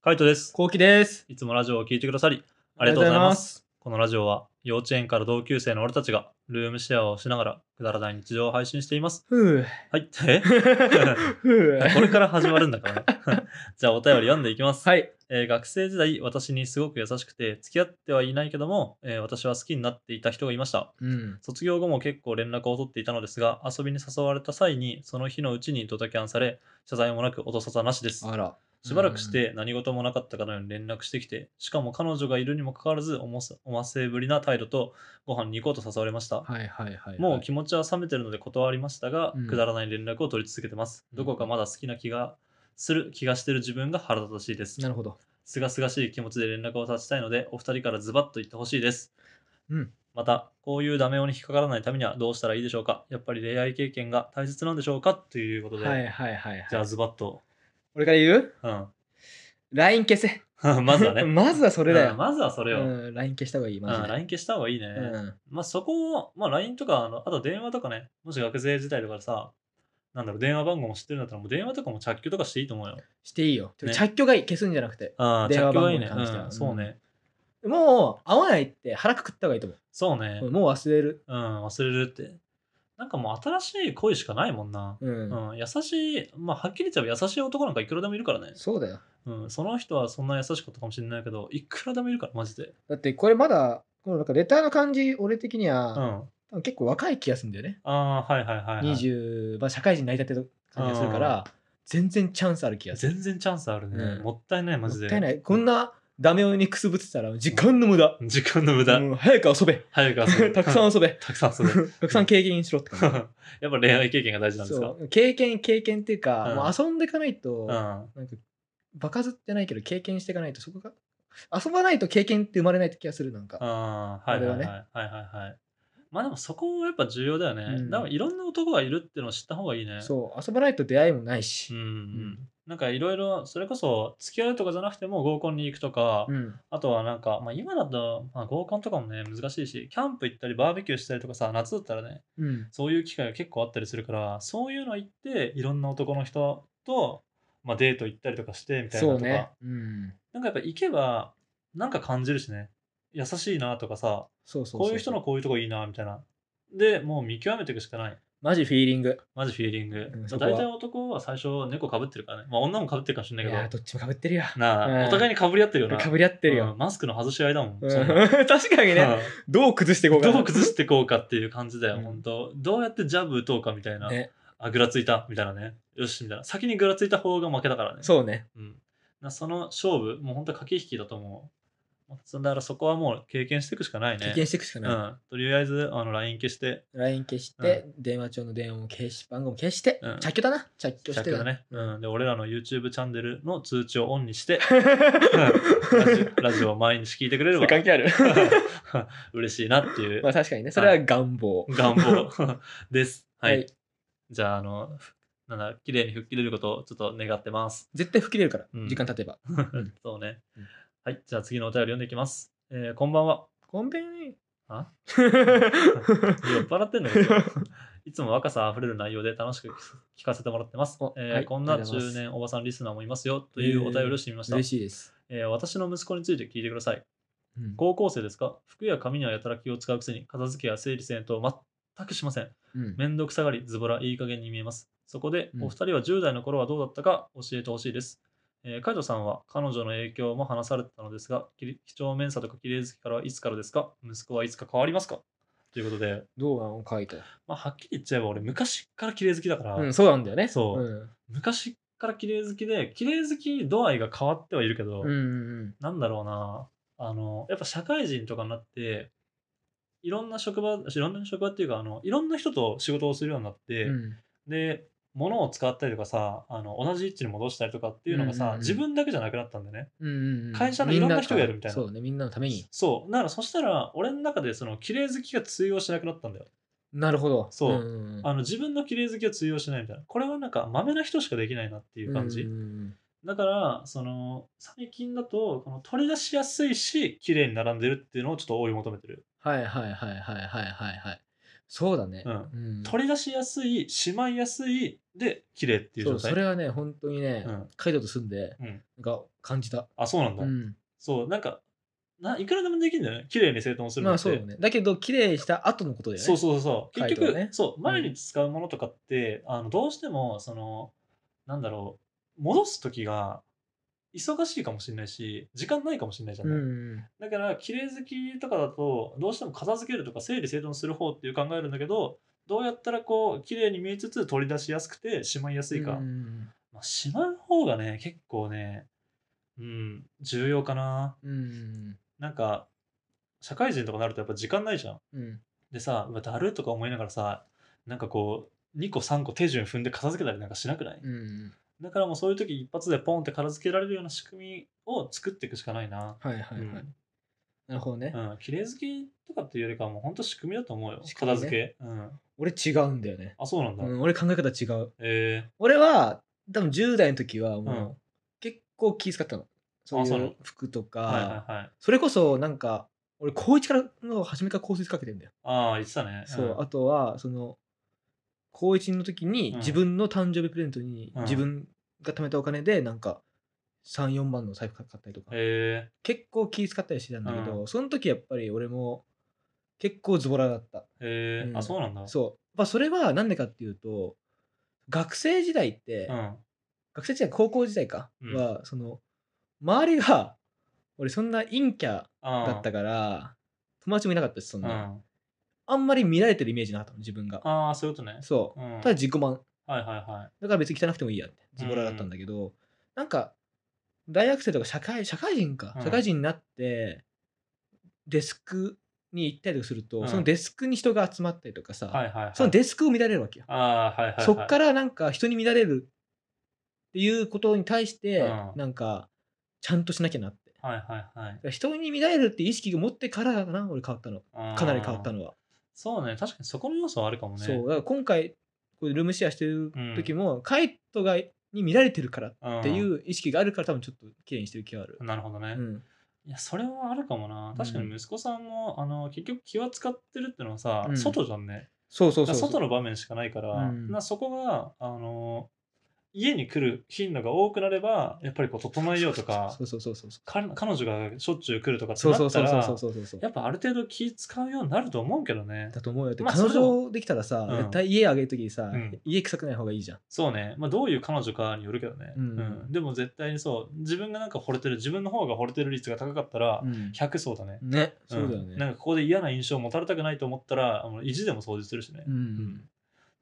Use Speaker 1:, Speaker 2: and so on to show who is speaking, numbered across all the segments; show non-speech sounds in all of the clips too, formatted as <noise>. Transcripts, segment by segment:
Speaker 1: カイトです。
Speaker 2: こうきです。
Speaker 1: いつもラジオを聞いてくださり、あ
Speaker 2: あ
Speaker 1: り
Speaker 2: り
Speaker 1: がとう
Speaker 2: がとう
Speaker 1: ござ
Speaker 2: ご
Speaker 1: い
Speaker 2: ざい
Speaker 1: ま。
Speaker 2: ます
Speaker 1: このラジオは、幼稚園から同級生の俺たちが、ルームシェアをしながら、くだらない日常を配信しています。
Speaker 2: ふ
Speaker 1: <laughs>
Speaker 2: う。
Speaker 1: はい、え
Speaker 2: ふう。
Speaker 1: これから始まるんだから
Speaker 2: <laughs>
Speaker 1: ね。じゃあ、お便り読んでいきます。
Speaker 2: はい。
Speaker 1: えー学生時代、私にすごく優しくて、付き合ってはいないけども、えー私は好きになっていた人がいました。
Speaker 2: うん。
Speaker 1: 卒業後も結構連絡を取っていたのですが、遊びに誘われた際に、その日のうちにドタキャンされ、謝罪もなく音沙汰なしです。
Speaker 2: あら。
Speaker 1: しばらくして何事もなかったかのように連絡してきて、しかも彼女がいるにもかかわらずおもせおませぶりな態度とご飯に行こうと誘われました。
Speaker 2: はいはいはい。
Speaker 1: もう気持ちは冷めてるので断りましたが、
Speaker 2: うん
Speaker 1: くだらない連絡を取り続けてます。
Speaker 2: うん
Speaker 1: どこかまだ好きな気がする気がしてる自分が腹立たしいです
Speaker 2: な。るほど。
Speaker 1: すがすがしい気持ちで連絡を立ちたいので、お二人からズバッと言ってほしいです。
Speaker 2: うん
Speaker 1: また、こういうダメ男に引っかからないためにはどうしたらいいでしょうかやっぱり恋愛経験が大切なんでしょうかということで、
Speaker 2: はいはいはいはい。
Speaker 1: じゃあズバッと。
Speaker 2: 俺から言う
Speaker 1: うん <laughs>
Speaker 2: ?LINE 消せ。
Speaker 1: まずは
Speaker 2: <laughs>
Speaker 1: ね。
Speaker 2: まずはそれ
Speaker 1: う
Speaker 2: だ
Speaker 1: ん
Speaker 2: よ。
Speaker 1: まずはそれを。
Speaker 2: うん。LINE 消した方がいい。
Speaker 1: うん、
Speaker 2: マジで。
Speaker 1: LINE 消した方がいいね。
Speaker 2: うん。
Speaker 1: まあそこを、まあ LINE とか、あのあと電話とかね、もし学生時代とかでさ、なんだろう、電話番号も知ってるんだったら、もう電話とかも着去とかしていいと思うよ。
Speaker 2: していいよ。てか
Speaker 1: ね
Speaker 2: 着去がいい。消すんじゃなくて。
Speaker 1: ああ、着
Speaker 2: 電話
Speaker 1: 去
Speaker 2: 番
Speaker 1: が
Speaker 2: 号
Speaker 1: いい
Speaker 2: に
Speaker 1: ね。
Speaker 2: 関しては
Speaker 1: うんそうね。
Speaker 2: もう、会わないって腹くくった方がいいと思
Speaker 1: そうね
Speaker 2: う。。もう忘れる。
Speaker 1: うん、忘れるって。なんかもう新しい恋しかないもんな。
Speaker 2: うん。
Speaker 1: うん、優しい、まあはっきり言っちゃえば優しい男なんかいくらでもいるからね。
Speaker 2: そうだよ。
Speaker 1: うん、その人はそんな優しかったかもしれないけど、いくらでもいるから、マジで。
Speaker 2: だってこれまだ、このなんかレターの感じ、俺的に
Speaker 1: うん。
Speaker 2: は、
Speaker 1: あ
Speaker 2: 結構若い気がするんだよね。
Speaker 1: あー、はいはいはい、はい。
Speaker 2: 20、まあ社会人になりたての感じがするから、全然チャンスある気がする。
Speaker 1: 全然チャンスあるね。
Speaker 2: うん
Speaker 1: もったいない、マジで。
Speaker 2: もったいない。こんなダメ男にくすぶってたら時間の無駄。
Speaker 1: 時間の無駄。
Speaker 2: うん早く遊べ。
Speaker 1: 早く遊ぶ。
Speaker 2: <laughs> たくさ
Speaker 1: ん。
Speaker 2: ん遊べ。
Speaker 1: たくさん遊ぶ。 <laughs>
Speaker 2: <laughs> たくさん経験しろって
Speaker 1: や
Speaker 2: 感
Speaker 1: っぱ恋愛経験が大事な
Speaker 2: じ。
Speaker 1: んですか
Speaker 2: そう経験、経験っていうか、
Speaker 1: うん
Speaker 2: もう遊んでいかないと、
Speaker 1: う
Speaker 2: なん
Speaker 1: ん。
Speaker 2: か、場数ってないけど経験していかないと、そこが、遊ばないと経験って生まれないって気がする、なんか。
Speaker 1: ああ、はいはいはい、
Speaker 2: あれ
Speaker 1: はいはいはい。まあでもそこはやっぱ重要だよね。
Speaker 2: うん
Speaker 1: だからいろんな男がいるっていうのを知った方がいいね。
Speaker 2: そう、遊ばないと出会いもないうし。
Speaker 1: んうん。なんかいろいろ、それこそ付き合うとかじゃなくても合コンに行くとか、
Speaker 2: うん。
Speaker 1: あとはなんか、まあ今だと、まあ、合コンとかもね、難しいし、キャンプ行ったりバーベキューしたりとかさ、夏だったらね、
Speaker 2: うん。
Speaker 1: そういう機会が結構あったりするから、そういうの行って、いろんな男の人と、まあ、デート行ったりとかしてみたいな
Speaker 2: そ
Speaker 1: と
Speaker 2: う
Speaker 1: か、
Speaker 2: ね。うん。
Speaker 1: なんかやっぱ行けば、なんか感じるしね、優しいなとかさ、
Speaker 2: そうそうそ
Speaker 1: こういう人のこういうとこいいなみたいな。で、もう見極めていくしかない。
Speaker 2: マジフィーリング。
Speaker 1: マジフィーリング。
Speaker 2: うん
Speaker 1: まあ
Speaker 2: そこは
Speaker 1: 大体男は最初猫かぶってるからね。まあ女もかぶってるかもしれ
Speaker 2: い
Speaker 1: ない
Speaker 2: やー、
Speaker 1: けど。
Speaker 2: どっちもかぶってるよ。
Speaker 1: なあ、
Speaker 2: うん
Speaker 1: お互いにかぶり合ってるよな。
Speaker 2: かぶり合ってる
Speaker 1: う
Speaker 2: よ
Speaker 1: ん。マスクの外し合いだもん。
Speaker 2: うん <laughs>
Speaker 1: そんな
Speaker 2: 確かにね、どう崩していこ
Speaker 1: う
Speaker 2: うんか
Speaker 1: <laughs>
Speaker 2: な。
Speaker 1: どう崩していこうかっていう感じだよ、
Speaker 2: うん
Speaker 1: 本当どうやってジャブ打とうかみたいな。
Speaker 2: ね
Speaker 1: あ、ぐらついたみたいなね。よし、みたいな。先にぐらついた方が負けだからね。
Speaker 2: そうね。
Speaker 1: うん、なその勝負、もう本当駆け引きだと思う。そんだからそこはもう経験していくしかないね。
Speaker 2: 経験していくしか
Speaker 1: う
Speaker 2: ない。
Speaker 1: ん、とりあえずあの LINE 消して、
Speaker 2: LINE 消して、電話帳の電話も消し、番号も消して、
Speaker 1: うん
Speaker 2: 着去だな。着去し
Speaker 1: 着
Speaker 2: て
Speaker 1: だ
Speaker 2: だ
Speaker 1: ね、
Speaker 2: う
Speaker 1: うん
Speaker 2: ん。
Speaker 1: で、俺らの YouTube チャンネルの通知をオンにして、うんラジ <laughs>
Speaker 2: <laughs> そ
Speaker 1: オラジオを毎日聞いてくれれ
Speaker 2: れ
Speaker 1: ば
Speaker 2: 関係ある
Speaker 1: <laughs> 嬉しいなっていう
Speaker 2: まあ確かにね、それは願望。
Speaker 1: 願望です。はい。
Speaker 2: はい
Speaker 1: じゃあ、あの、ふなんだ、綺麗に吹っ切れることをちょっと願ってます。
Speaker 2: 絶対吹き切れるから
Speaker 1: うん、
Speaker 2: 時間経てば。ん
Speaker 1: そうね
Speaker 2: うん。
Speaker 1: はい。じゃあ次のお便り読んでいきます。えーこんばんは。
Speaker 2: コンビニ。
Speaker 1: あ酔っ
Speaker 2: は
Speaker 1: 払って
Speaker 2: <laughs>
Speaker 1: んのよ。いつも若さあふれる内容で楽しく聞かせてもらってます
Speaker 2: お。
Speaker 1: えー
Speaker 2: はい
Speaker 1: こんな
Speaker 2: ありがとうござい
Speaker 1: 中
Speaker 2: ます
Speaker 1: 年おばさんリスナーもいますよというお便りをしてみました、
Speaker 2: 嬉しいです。
Speaker 1: えー私の息子について聞いてください。
Speaker 2: うん
Speaker 1: 高校生ですか服や紙にはやたら気を使うくせに片付けや整理整頓を全くしません。
Speaker 2: うん
Speaker 1: めんどくさがり、ズボラ、いい加減に見えます。そこで、
Speaker 2: うん
Speaker 1: お二人は10代の頃はどうだったか教えてほしいです。えーカイトさんは彼女の影響も話されてたのですが、きり几帳面さとか綺麗好きからはいつからですか息子はいつか変わりますかということで、
Speaker 2: どうなの書いた。
Speaker 1: まあ、はっきり言っちゃえば俺、昔から綺麗好きだから、
Speaker 2: うん、そうなんだよね。。
Speaker 1: そうん昔から綺麗好きで、綺麗好き度合いが変わってはいるけど、
Speaker 2: うんうん
Speaker 1: なんだろうな、あの、やっぱ社会人とかになって、いろんな職場、いろんな職場っていうか、あのいろんな人と仕事をするようになって、
Speaker 2: うん。うん
Speaker 1: で物を使ったりとかさあの同じ位置に戻したりとかっていうのがさ、
Speaker 2: うんうんうん
Speaker 1: 自分だけじゃなくなったんだよね
Speaker 2: うんうん。
Speaker 1: 会社のいろんな人がやるみたいな
Speaker 2: そうね、みんなのために。
Speaker 1: そうだからそしたら俺の中でその綺麗好きが通用しなくなったんだよ
Speaker 2: なるほど。
Speaker 1: そう
Speaker 2: うんうん。
Speaker 1: あの自分の綺麗好きが通用しないみたいなこれはなんかまめな人しかできないなっていう感じ、
Speaker 2: うんうん
Speaker 1: だからその最近だとこの取り出しやすいし綺麗に並んでるっていうのをちょっと追い求めてる
Speaker 2: はいはいはいはいはいはいはい。そうだね。
Speaker 1: うん
Speaker 2: ん
Speaker 1: 取り出しやすいしまいやすいで綺麗っていう
Speaker 2: そ
Speaker 1: 状
Speaker 2: う
Speaker 1: 態
Speaker 2: それはね、本当にね、
Speaker 1: うん
Speaker 2: カイトと住んで、
Speaker 1: うん
Speaker 2: なんか感じた。
Speaker 1: あ、そうなんだ。
Speaker 2: うん。
Speaker 1: そう、なんかないくらでもできるんだよね。綺麗に整頓する
Speaker 2: ま
Speaker 1: の
Speaker 2: あ
Speaker 1: って。
Speaker 2: そうだね。だけど、綺麗した後のことだよね。
Speaker 1: そうそうそう。
Speaker 2: カ
Speaker 1: 結
Speaker 2: イトは
Speaker 1: 局、
Speaker 2: ね
Speaker 1: そう、毎日使うものとかって、あのどうしても、その、なんだろう、戻す時が忙しいかもしれないし、時間ないかもしれないじゃない。
Speaker 2: うん。
Speaker 1: だから、綺麗好きとかだと、どうしても片付けるとか整理整頓する方っていう考えるんだけど、どうやったらこう、綺麗に見えつつ取り出しやすくてしまいやすいか。
Speaker 2: うん。
Speaker 1: まあ、しまう方がね、結構ね、うん、重要かな。
Speaker 2: うん。
Speaker 1: なんか、社会人とかなるとやっぱ時間ないじゃん。
Speaker 2: うん。
Speaker 1: でさ、うわだるとか思いながらさ、なんかこう、2個3個手順踏んで片付けたりなんかしなくない、
Speaker 2: うん。
Speaker 1: だからもうそういう時一発でポンって片付けられるような仕組みを作っていくしかないな。
Speaker 2: はいはいはい。
Speaker 1: うん
Speaker 2: なるほどね。
Speaker 1: うん、綺麗好きとかっていうよりかはもうほんと仕組みだと思うよ。
Speaker 2: 仕組み
Speaker 1: 片
Speaker 2: ね
Speaker 1: 付け。うん。
Speaker 2: 俺違うんだよね。
Speaker 1: あ、そうなんだ。
Speaker 2: うん、俺考え方違う。
Speaker 1: え
Speaker 2: 俺は、多分10代の時はもう、
Speaker 1: うん
Speaker 2: 結構気遣ったの。そう
Speaker 1: そう
Speaker 2: い
Speaker 1: な
Speaker 2: う
Speaker 1: の
Speaker 2: 服とか、
Speaker 1: ー、はいはいはい。
Speaker 2: それこそなんか、俺高一からの初めから香水かけてんだよ。
Speaker 1: ああ、言ってたね。
Speaker 2: そう、あとは、その、高一の時に
Speaker 1: うん
Speaker 2: 自分の誕生日プレゼントに
Speaker 1: うん
Speaker 2: 自分が貯めたお金でなんか3、4万の財布買ったりとか、
Speaker 1: え
Speaker 2: 結構気遣ったりしてたんだけど、
Speaker 1: う
Speaker 2: その時やっぱり俺も結構ズボラだった。
Speaker 1: ー、えー
Speaker 2: うん
Speaker 1: あ、そうなんだ。
Speaker 2: そう。まあそれはなんでかっていうと、学生時代って、
Speaker 1: うん。
Speaker 2: 学生時代、高校時代か
Speaker 1: うん
Speaker 2: は、その、周りが、俺そんな陰キャ
Speaker 1: あー
Speaker 2: だったから、友達もいなかったし、そん
Speaker 1: う
Speaker 2: な。
Speaker 1: ん。
Speaker 2: あんまり見られてるイメージなかったの、自分が。
Speaker 1: ああ、そういうことね。
Speaker 2: そう。
Speaker 1: うん
Speaker 2: ただ自己満。
Speaker 1: はいはいはい。
Speaker 2: だから別に汚くてもいいやって、ズボラだったんだけど、なんか、大学生とか社会、社会人か
Speaker 1: う。ん
Speaker 2: 社会人になって、デスクに行ったりとかすると、
Speaker 1: うん
Speaker 2: そのデスクに人が集まったりとかさ、
Speaker 1: はいはい、はい。
Speaker 2: そのデスクを見られるわけよ。
Speaker 1: ああ、はいはい、はい。
Speaker 2: そっからなんか人に見られるっていうことに対して、
Speaker 1: うん
Speaker 2: なんかちゃんとしなきゃなって。だ
Speaker 1: ら。はいはいはい。
Speaker 2: から人に見られるって意識を持ってからだな、俺変わったの。
Speaker 1: あー
Speaker 2: かなり変わったのは。
Speaker 1: そうね、確かにそこの要素はあるかもね。
Speaker 2: そう。だから今回、こうルームシェアしてる時も、カイトがに見られてるからっ
Speaker 1: うん
Speaker 2: ていう意識があるから、多分ちょっと綺麗にしてる気がある。
Speaker 1: なるほどね。
Speaker 2: うん。
Speaker 1: いや、それはあるかもな。確か
Speaker 2: う
Speaker 1: に息子さんも、あの、結局気は使ってるってのはさ、
Speaker 2: うん
Speaker 1: 外じゃんね。
Speaker 2: そうそうそうそう。
Speaker 1: 外の場面しかないから、
Speaker 2: うん
Speaker 1: なそこが、あの、家に来る頻度が多くなれば、やっぱりこう、整えようとか
Speaker 2: そ、うそうそうそうそう。
Speaker 1: か彼女がしょっちゅう来るとかって
Speaker 2: そう
Speaker 1: な
Speaker 2: そう
Speaker 1: った
Speaker 2: そうそう
Speaker 1: ら、
Speaker 2: そうそうそう。
Speaker 1: やっぱある程度気使うようになると思うけどね。
Speaker 2: だと思うよ。だって
Speaker 1: まあ
Speaker 2: 彼
Speaker 1: それでも
Speaker 2: 女できたらさ、
Speaker 1: うん
Speaker 2: 絶対家あげる時にさ、
Speaker 1: うん
Speaker 2: 家臭くない方がいいじゃん。
Speaker 1: そうね、まあ、どういう彼女かによるけどね、
Speaker 2: うん
Speaker 1: でも絶対にそう自分がなんか惚れてる自分の方が惚れてる率が高かったら
Speaker 2: うん
Speaker 1: 100層だね、
Speaker 2: ね、そうだよ
Speaker 1: んな
Speaker 2: ね。
Speaker 1: んかここで嫌な印象を持たれたくないと思ったらあの意地でも掃除するしね、
Speaker 2: う
Speaker 1: うんっ
Speaker 2: ん。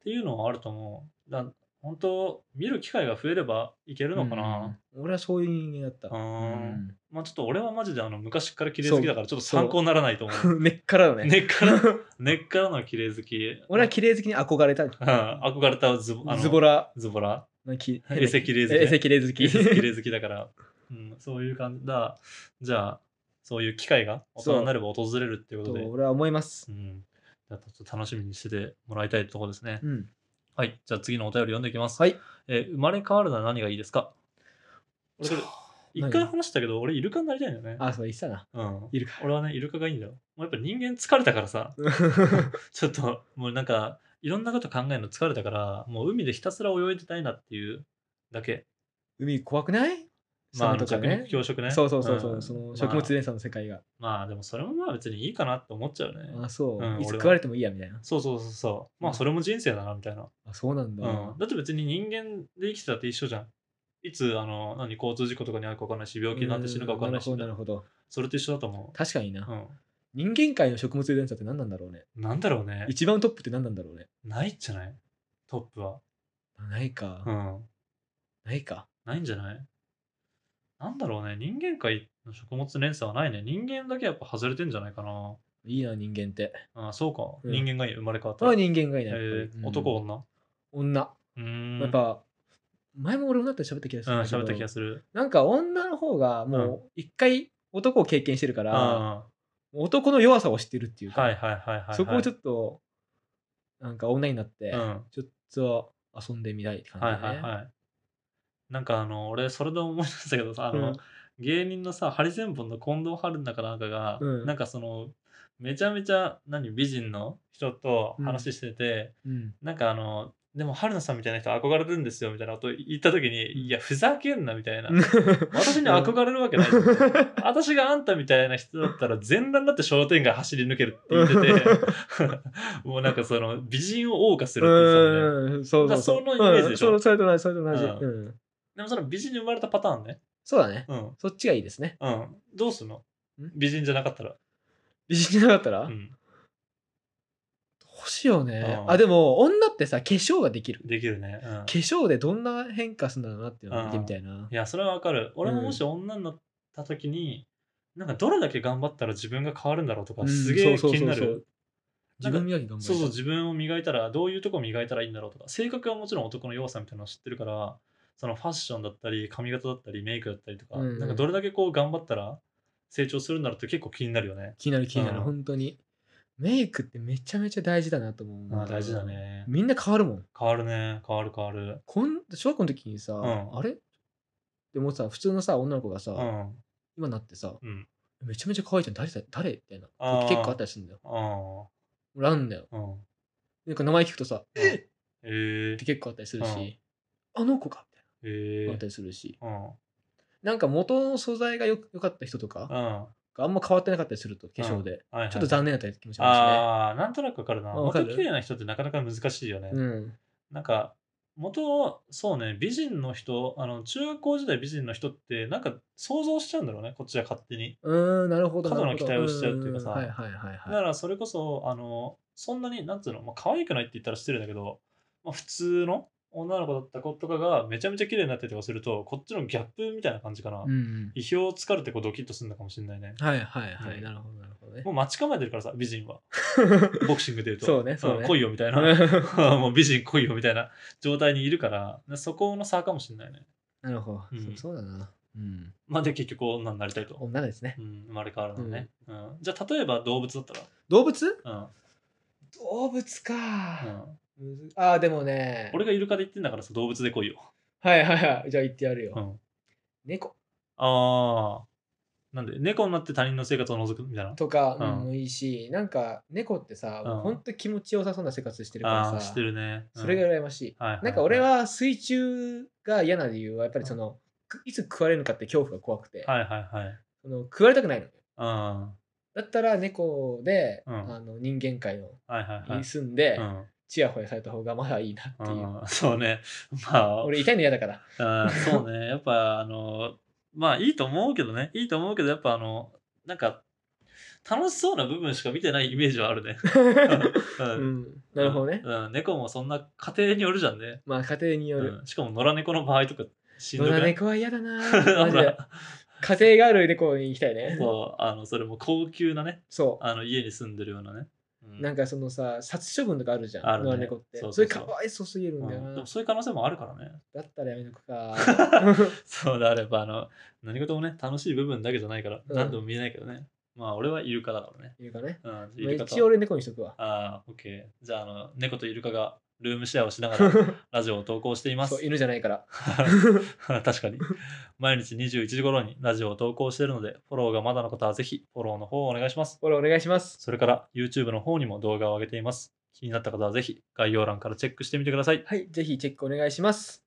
Speaker 1: ていうのはあると思うだ本当見る機会が増えればいけるのかな、
Speaker 2: うん俺はそういう人間だった。
Speaker 1: うーん
Speaker 2: う
Speaker 1: まあちょっと俺はマジであの昔から綺麗好きだからちょっと参考にならない
Speaker 2: <laughs>
Speaker 1: と思う
Speaker 2: ん根っからだね。
Speaker 1: 根っから根っからの綺麗好き
Speaker 2: <laughs> 俺は綺麗好きに憧れた。
Speaker 1: うん憧れたズボあの
Speaker 2: ズボラ。
Speaker 1: ズボラ
Speaker 2: のき
Speaker 1: エセ綺麗好きね
Speaker 2: エセ綺麗好き。
Speaker 1: 綺麗好きだから、うん、そういう感じだじゃあそういう機会が大人になれば訪れるっていうことで
Speaker 2: と俺は思います
Speaker 1: う、。ん、じゃあちょっと楽しみにしててもらいたいところですね、
Speaker 2: うん。
Speaker 1: はいじゃあ次のお便り読んでいきます、
Speaker 2: はい
Speaker 1: えー生まれ変わるなら何がいいですか俺これ一回話したけど俺イルカになりたいんだよね、
Speaker 2: あ、そう、言ってたな。
Speaker 1: うん、
Speaker 2: いるか。
Speaker 1: 俺はねイルカがいいんだよもうやっぱ人間疲れたからさちょっともうなんかいろんなこと考えるの疲れたからもう海でひたすら泳いでたいなっていうだけ
Speaker 2: 海怖くない
Speaker 1: まあ、あ
Speaker 2: サメ
Speaker 1: の
Speaker 2: とか
Speaker 1: 着
Speaker 2: ね
Speaker 1: 陸。教食ね。
Speaker 2: そうそうそうそう、
Speaker 1: ん
Speaker 2: その
Speaker 1: まあ
Speaker 2: 食物連鎖の世界が。
Speaker 1: まあ、でもそれもまあ別にいいかなって思っちゃうね。
Speaker 2: あ、そう、
Speaker 1: うん
Speaker 2: いつ
Speaker 1: 俺は
Speaker 2: 食われてもいいやみたいな。
Speaker 1: そうそうそうそう。まあそれも人生だなみたいな。
Speaker 2: あ、そうなんだ。
Speaker 1: うん。だって別に人間で生きてたって一緒じゃん。いつ、あの、何、交通事故とかに遭うか分かんないし、病気になって死ぬか分かんないし
Speaker 2: う、なるほど、なるほど。
Speaker 1: それと一緒だと思
Speaker 2: 確かにな、
Speaker 1: う。うん。
Speaker 2: 人間界の食物連鎖って何なんだろうね。
Speaker 1: なんだろうね。
Speaker 2: 一番トップって何なんだろうね。
Speaker 1: ないんじゃないトップは。
Speaker 2: あないか、
Speaker 1: うん。
Speaker 2: ないか。
Speaker 1: ないんじゃないなんだろうね。人間界の食物連鎖はないね。人間だけやっぱ外れてんじゃないかな。
Speaker 2: いいな、人間って。
Speaker 1: ああ、そうか。
Speaker 2: うん
Speaker 1: 人間がいい生まれ変わった
Speaker 2: ま
Speaker 1: ら。
Speaker 2: あ人間がいない。やっ
Speaker 1: え
Speaker 2: ぱり
Speaker 1: ー、男、
Speaker 2: うん
Speaker 1: 女
Speaker 2: 女。
Speaker 1: うーん
Speaker 2: やっぱ、前も俺もなったら喋った気がす
Speaker 1: うん、
Speaker 2: るんだけど。
Speaker 1: 喋った気がする。
Speaker 2: なんか女の方がもう一回男を経験してるか
Speaker 1: うん
Speaker 2: ら、
Speaker 1: は
Speaker 2: 男の弱さを知ってるってい
Speaker 1: いう
Speaker 2: か、
Speaker 1: はいはいはい。
Speaker 2: そこをちょ
Speaker 1: っ
Speaker 2: っとなんか女になって、
Speaker 1: うん。
Speaker 2: ちょっと遊んでみたいって感
Speaker 1: はい
Speaker 2: じだ
Speaker 1: は
Speaker 2: ね、
Speaker 1: いはい。なんかあの、俺、それで思い出したけどさ、あの、
Speaker 2: うん
Speaker 1: 芸人のさ、ハリセンボンの近藤春菜かなんかが、
Speaker 2: うん
Speaker 1: なんかその、めちゃめちゃ、何、美人の人と話してて、
Speaker 2: うん
Speaker 1: なんかあの、でも春菜さんみたいな人憧れるんですよみたいなこと言った時に、いやふざけんなみたいな私に憧れるわけないじゃん私があんたみたいな人だったら全裸になって商店街走り抜けるって言ってて
Speaker 2: <laughs>
Speaker 1: もうなんかその美人を謳歌するって言ってたんで、
Speaker 2: うん <laughs> そうそうそう。
Speaker 1: だからそのイメージでしょ
Speaker 2: うんそうそれと同じ、それと同じ。
Speaker 1: う
Speaker 2: うん。
Speaker 1: でもその美人に生まれたパターンね
Speaker 2: そうだね。
Speaker 1: うん
Speaker 2: そっちがいいですね。
Speaker 1: うんどうすんの
Speaker 2: ん
Speaker 1: 美人じゃなかったら
Speaker 2: 美人じゃなかったら、
Speaker 1: う
Speaker 2: ど
Speaker 1: ん
Speaker 2: うしようね
Speaker 1: う。ん
Speaker 2: あ、でも、女ってさ、化粧ができる。
Speaker 1: できるね、うん、
Speaker 2: 化粧でどんな変化するんだろうなっていうのを見てみたいな。
Speaker 1: いや、それはわかる。俺ももし女になった時に、なんかどれだけ頑張ったら自分が変わるんだろうとか、
Speaker 2: うん
Speaker 1: すげえ気
Speaker 2: そうそ
Speaker 1: に
Speaker 2: うそう
Speaker 1: な
Speaker 2: そう
Speaker 1: る。
Speaker 2: 自分磨き頑張る。
Speaker 1: そうそう、自分を磨いたら、どういうとこ磨いたらいいんだろうとか、性格はもちろん男の弱さみたいなのを知ってるから、そのファッションだったり、髪型だったり、メイクだったりとか、
Speaker 2: うんうん
Speaker 1: なんかどれだけこう頑張ったら成長するんだろうって結構気になるよね。
Speaker 2: 気になる気になる、
Speaker 1: うん
Speaker 2: 本当に。メイクってめちゃめちゃ大事だなと思う。
Speaker 1: まあ大事だ。ね。
Speaker 2: みんな変わるもん。
Speaker 1: 変わるね。変わる変わる。
Speaker 2: こん小学校の時にさ、
Speaker 1: ん
Speaker 2: あれでもさ、普通のさ、女の子がさ、
Speaker 1: うん。
Speaker 2: 今なってさ、
Speaker 1: うん。
Speaker 2: めちゃめちゃ可愛いじゃん、誰だ誰みたいな
Speaker 1: あー。
Speaker 2: 結構あったりするんだよ。
Speaker 1: あ
Speaker 2: 俺あんだよ。
Speaker 1: あ。うん。
Speaker 2: なんか名前聞くとさ、
Speaker 1: うん
Speaker 2: えっ
Speaker 1: ええ
Speaker 2: って結構あったりする
Speaker 1: うん
Speaker 2: し、あの子かみたい
Speaker 1: え
Speaker 2: な。あ
Speaker 1: え
Speaker 2: ったりするし、
Speaker 1: うん。
Speaker 2: なんか元の素材がよ良かった人と
Speaker 1: う
Speaker 2: か
Speaker 1: ん。
Speaker 2: があんま変わってなかったりすると、化粧で。
Speaker 1: はいはい
Speaker 2: ちょっと残念だったり気持ちあ
Speaker 1: ああ、なんとなくわかるな。
Speaker 2: あわか
Speaker 1: 元
Speaker 2: る
Speaker 1: 綺麗な人ってなかなか難しいよね。
Speaker 2: りますね。うん。
Speaker 1: なんか、元、そうね、美人の人、あの、中高時代美人の人って、なんか想像しちゃうんだろうね、こっちは勝手に。
Speaker 2: うーん、なるほど。
Speaker 1: 過度な
Speaker 2: るほど
Speaker 1: 期待をしちゃうっていうかさ
Speaker 2: んはいはいはい
Speaker 1: だ
Speaker 2: は
Speaker 1: か
Speaker 2: い。
Speaker 1: ら、それこそ、あの、そんなに、なんつうの、まあ、可愛くないって言ったら失礼だけど、まあ、普通の女の子だった子とかがめちゃめちゃ綺麗になってたりとかすると、こっちのギャップみたいな感じかな。
Speaker 2: うんうん。
Speaker 1: 意表をつかれてこうドキッとするのかもしれないね。
Speaker 2: はいはいは
Speaker 1: うん
Speaker 2: い。なるほど、なるほどね
Speaker 1: も。う待ち構えてるからさ、美人は。ボクシングで言う
Speaker 2: <laughs>
Speaker 1: と。
Speaker 2: そうねそうね
Speaker 1: ん来いよみたいな。 <laughs> もう美人来いよみたいな状態にいるから、そこの差かもしれないね。
Speaker 2: なるほど。
Speaker 1: うん
Speaker 2: そそうだな。うん。
Speaker 1: まあ、で、結局女になりたいと。
Speaker 2: 女ですね。
Speaker 1: うん、生まれ変わるのね、うんじゃあ、例えば動物だった
Speaker 2: 動物
Speaker 1: ら、
Speaker 2: 動
Speaker 1: うん
Speaker 2: 物
Speaker 1: う
Speaker 2: か。
Speaker 1: ん、
Speaker 2: むずああ、でもね。
Speaker 1: 俺がイルカで言ってんだからさ、動物で来いよ。
Speaker 2: はいはいはい。じゃあ言ってやるよ。
Speaker 1: うん、
Speaker 2: 猫
Speaker 1: ああ、なんで、猫になって他人の生活を覗くみたいな。
Speaker 2: とか
Speaker 1: うん
Speaker 2: もいいし、なんか猫ってさ、
Speaker 1: うん
Speaker 2: ほんと気持ちよさそうな生活してるか
Speaker 1: ああー、
Speaker 2: らさ
Speaker 1: し、てるね。うん
Speaker 2: それが、羨ましい。
Speaker 1: はいはいはい
Speaker 2: なんか俺、は水中が嫌な理由は、やっぱりその、くいつ食われるのかって恐怖が怖くて、
Speaker 1: はいはいはい。
Speaker 2: その食われたくないのよ。
Speaker 1: うん、は
Speaker 2: だったら猫で、
Speaker 1: うん
Speaker 2: あの人間界の
Speaker 1: いはいは
Speaker 2: に
Speaker 1: い。
Speaker 2: 住んで、
Speaker 1: うん
Speaker 2: チヤホヤされた方がまだいいなっていう。
Speaker 1: うん、そうね。 <laughs> まあ、
Speaker 2: 俺痛いの嫌だ
Speaker 1: <laughs>
Speaker 2: から。
Speaker 1: あーそうねやっぱあのまあいいと思うけどねいいと思うけどやっぱあのなんか楽しそうな部分しか見てないイメージはある
Speaker 2: <laughs>
Speaker 1: ね。う
Speaker 2: うんん、なるほどね。
Speaker 1: うん、猫もそんな家庭によるじゃんね。
Speaker 2: まあ家庭による。
Speaker 1: うん、しかも野良猫の場合とかしんどく
Speaker 2: 野
Speaker 1: な
Speaker 2: 良
Speaker 1: い
Speaker 2: 猫は嫌だな
Speaker 1: ほ <laughs>
Speaker 2: マジで
Speaker 1: ら
Speaker 2: 家庭がある猫に行きたい
Speaker 1: <laughs>
Speaker 2: ね。
Speaker 1: そうあのそれも高級なね
Speaker 2: そう。
Speaker 1: あの家に住んでるようなね。うん
Speaker 2: なんかそのさ、殺処分とかあるじゃん、
Speaker 1: あるね
Speaker 2: 野良猫って。
Speaker 1: そ
Speaker 2: そう
Speaker 1: そうそう
Speaker 2: れかわいそうすぎるんだよな。
Speaker 1: うんでもそういう可能性もあるからね。
Speaker 2: だったらやめとく
Speaker 1: <laughs>
Speaker 2: か。
Speaker 1: そうであればあの何事もね楽しい部分だけじゃないから
Speaker 2: うん
Speaker 1: 何度も見えないけどね。まあ俺はイルカだからね。
Speaker 2: いるかね。
Speaker 1: うん、イ
Speaker 2: まあ
Speaker 1: ルカと
Speaker 2: 一応俺猫にしとくわ。
Speaker 1: ああ、オッケー。じゃあ、あの、猫とイルカがルームシェアをしなが
Speaker 2: <laughs>
Speaker 1: らラジオを投稿していま
Speaker 2: そ
Speaker 1: す
Speaker 2: う。犬じゃな
Speaker 1: <laughs>
Speaker 2: いから。
Speaker 1: 確かに。毎日21時頃にラジオを投稿しているので、フォローがまだの方はぜひフォローの方をお願いします。
Speaker 2: フォローお願いします。
Speaker 1: それから YouTube の方にも動画を上げています。気になった方はぜひ概要欄からチェックしてみてください。
Speaker 2: はい、ぜひチェックお願いします。